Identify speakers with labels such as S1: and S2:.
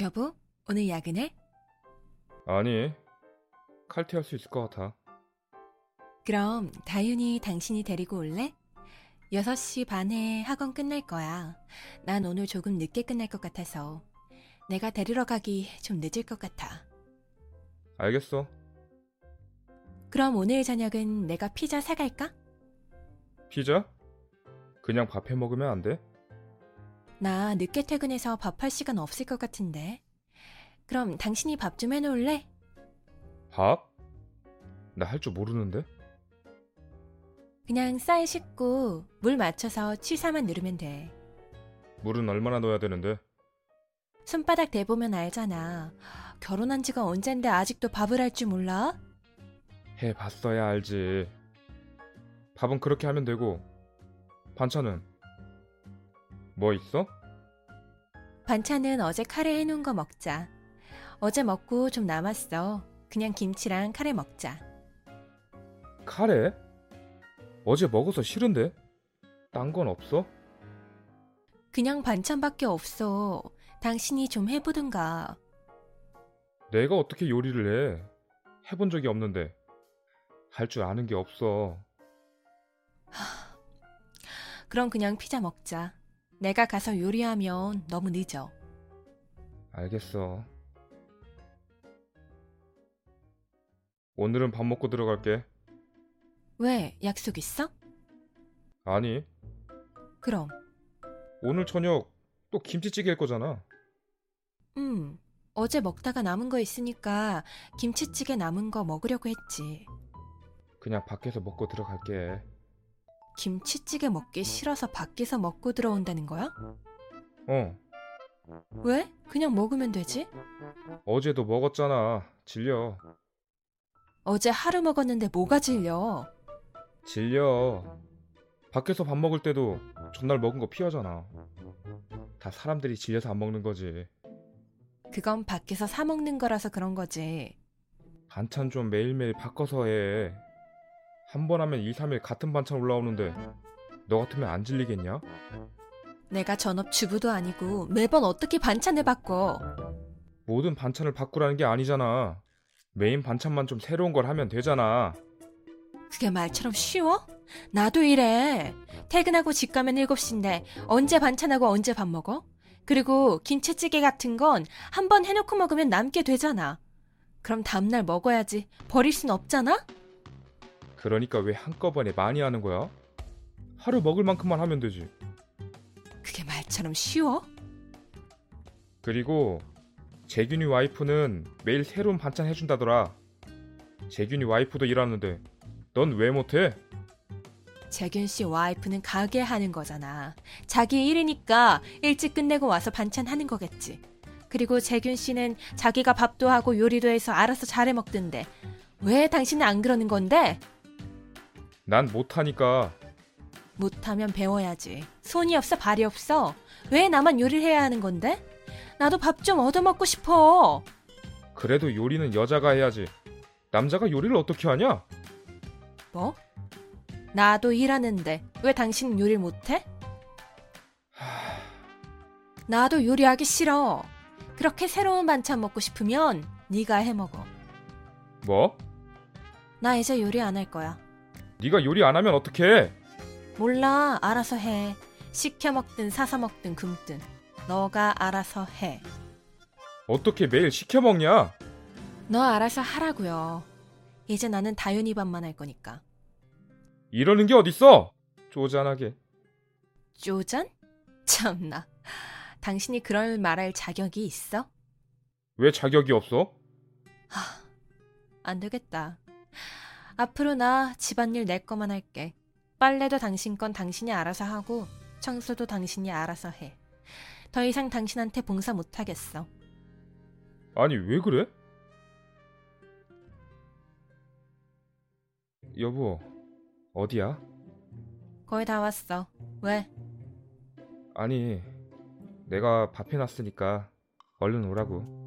S1: 여보, 오늘 야근해?
S2: 아니, 칼퇴할 수 있을 것 같아.
S1: 그럼 다윤이 당신이 데리고 올래? 6시 반에 학원 끝날 거야. 난 오늘 조금 늦게 끝날 것 같아서. 내가 데리러 가기 좀 늦을 것 같아.
S2: 알겠어.
S1: 그럼 오늘 저녁은 내가 피자 사갈까?
S2: 피자? 그냥 밥해 먹으면 안 돼?
S1: 나 늦게 퇴근해서 밥할 시간 없을 것 같은데. 그럼 당신이 밥 좀 해놓을래?
S2: 밥? 나 할 줄 모르는데?
S1: 그냥 쌀 씻고 물 맞춰서 취사만 누르면 돼.
S2: 물은 얼마나 넣어야 되는데?
S1: 손바닥 대보면 알잖아. 결혼한 지가 언젠데 아직도 밥을 할 줄 몰라?
S2: 해 봤어야 알지. 밥은 그렇게 하면 되고, 반찬은? 뭐 있어?
S1: 반찬은 어제 카레 해놓은 거 먹자. 어제 먹고 좀 남았어. 그냥 김치랑 카레 먹자.
S2: 카레? 어제 먹어서 싫은데? 딴 건 없어?
S1: 그냥 반찬밖에 없어. 당신이 좀 해보든가.
S2: 내가 어떻게 요리를 해? 해본 적이 없는데. 할 줄 아는 게 없어.
S1: 그럼 그냥 피자 먹자. 내가 가서 요리하면 너무 늦어.
S2: 알겠어. 오늘은 밥 먹고 들어갈게.
S1: 왜? 약속 있어?
S2: 아니,
S1: 그럼.
S2: 오늘 저녁 또 김치찌개 할 거잖아.
S1: 음. 어제 먹다가 남은 거 있으니까 김치찌개 남은 거 먹으려고 했지.
S2: 그냥 밖에서 먹고 들어갈게.
S1: 김치찌개 먹기 싫어서 밖에서 먹고 들어온다는 거야?
S2: 어,
S1: 왜? 그냥 먹으면 되지?
S2: 어제도 먹었잖아. 질려.
S1: 어제 하루 먹었는데 뭐가 질려?
S2: 질려. 밖에서 밥 먹을 때도 전날 먹은 거 피하잖아. 다 사람들이 질려서 안 먹는 거지.
S1: 그건 밖에서 사 먹는 거라서 그런 거지.
S2: 반찬 좀 매일매일 바꿔서 해. 한 번 하면 2, 3일 같은 반찬 올라오는데 너 같으면 안 질리겠냐?
S1: 내가 전업 주부도 아니고 매번 어떻게 반찬을 바꿔?
S2: 모든 반찬을 바꾸라는 게 아니잖아. 메인 반찬만 좀 새로운 걸 하면 되잖아.
S1: 그게 말처럼 쉬워? 나도 이래. 퇴근하고 집 가면 7시인데 언제 반찬하고 언제 밥 먹어? 그리고 김치찌개 같은 건 한 번 해놓고 먹으면 남게 되잖아. 그럼 다음날 먹어야지. 버릴 순 없잖아?
S2: 그러니까 왜 한꺼번에 많이 하는 거야? 하루 먹을 만큼만 하면 되지.
S1: 그게 말처럼 쉬워?
S2: 그리고 재균이 와이프는 매일 새로운 반찬 해준다더라. 재균이 와이프도 일하는데 넌 왜 못해?
S1: 재균 씨 와이프는 가게 하는 거잖아. 자기 일이니까 일찍 끝내고 와서 반찬 하는 거겠지. 그리고 재균 씨는 자기가 밥도 하고 요리도 해서 알아서 잘해 먹던데. 왜 당신은 안 그러는 건데?
S2: 난 못하니까
S1: 못하면 배워야지. 손이 없어 발이 없어. 왜 나만 요리를 해야 하는 건데? 나도 밥 좀 얻어먹고 싶어.
S2: 그래도 요리는 여자가 해야지. 남자가 요리를 어떻게 하냐?
S1: 뭐? 나도 일하는데 왜 당신 요리를 못해? 나도 요리하기 싫어. 그렇게 새로운 반찬 먹고 싶으면 네가 해 먹어.
S2: 뭐?
S1: 나 이제 요리 안 할 거야.
S2: 네가 요리 안 하면 어떡해?
S1: 몰라, 알아서 해. 시켜 먹든 사서 먹든 굶든. 너가 알아서 해.
S2: 어떻게 매일 시켜 먹냐?
S1: 너 알아서 하라고요. 이제 나는 다윤이 밥만 할 거니까.
S2: 이러는 게 어딨어? 쪼잔하게.
S1: 쪼잔? 참나. 당신이 그럴 말할 자격이 있어?
S2: 왜 자격이 없어?
S1: 안 되겠다. 앞으로 나 집안일 내 거만 할게. 빨래도 당신 건 당신이 알아서 하고 청소도 당신이 알아서 해. 더 이상 당신한테 봉사 못 하겠어.
S2: 아니 왜 그래? 여보 어디야?
S1: 거의 다 왔어. 왜?
S2: 아니 내가 밥 해놨으니까 얼른 오라고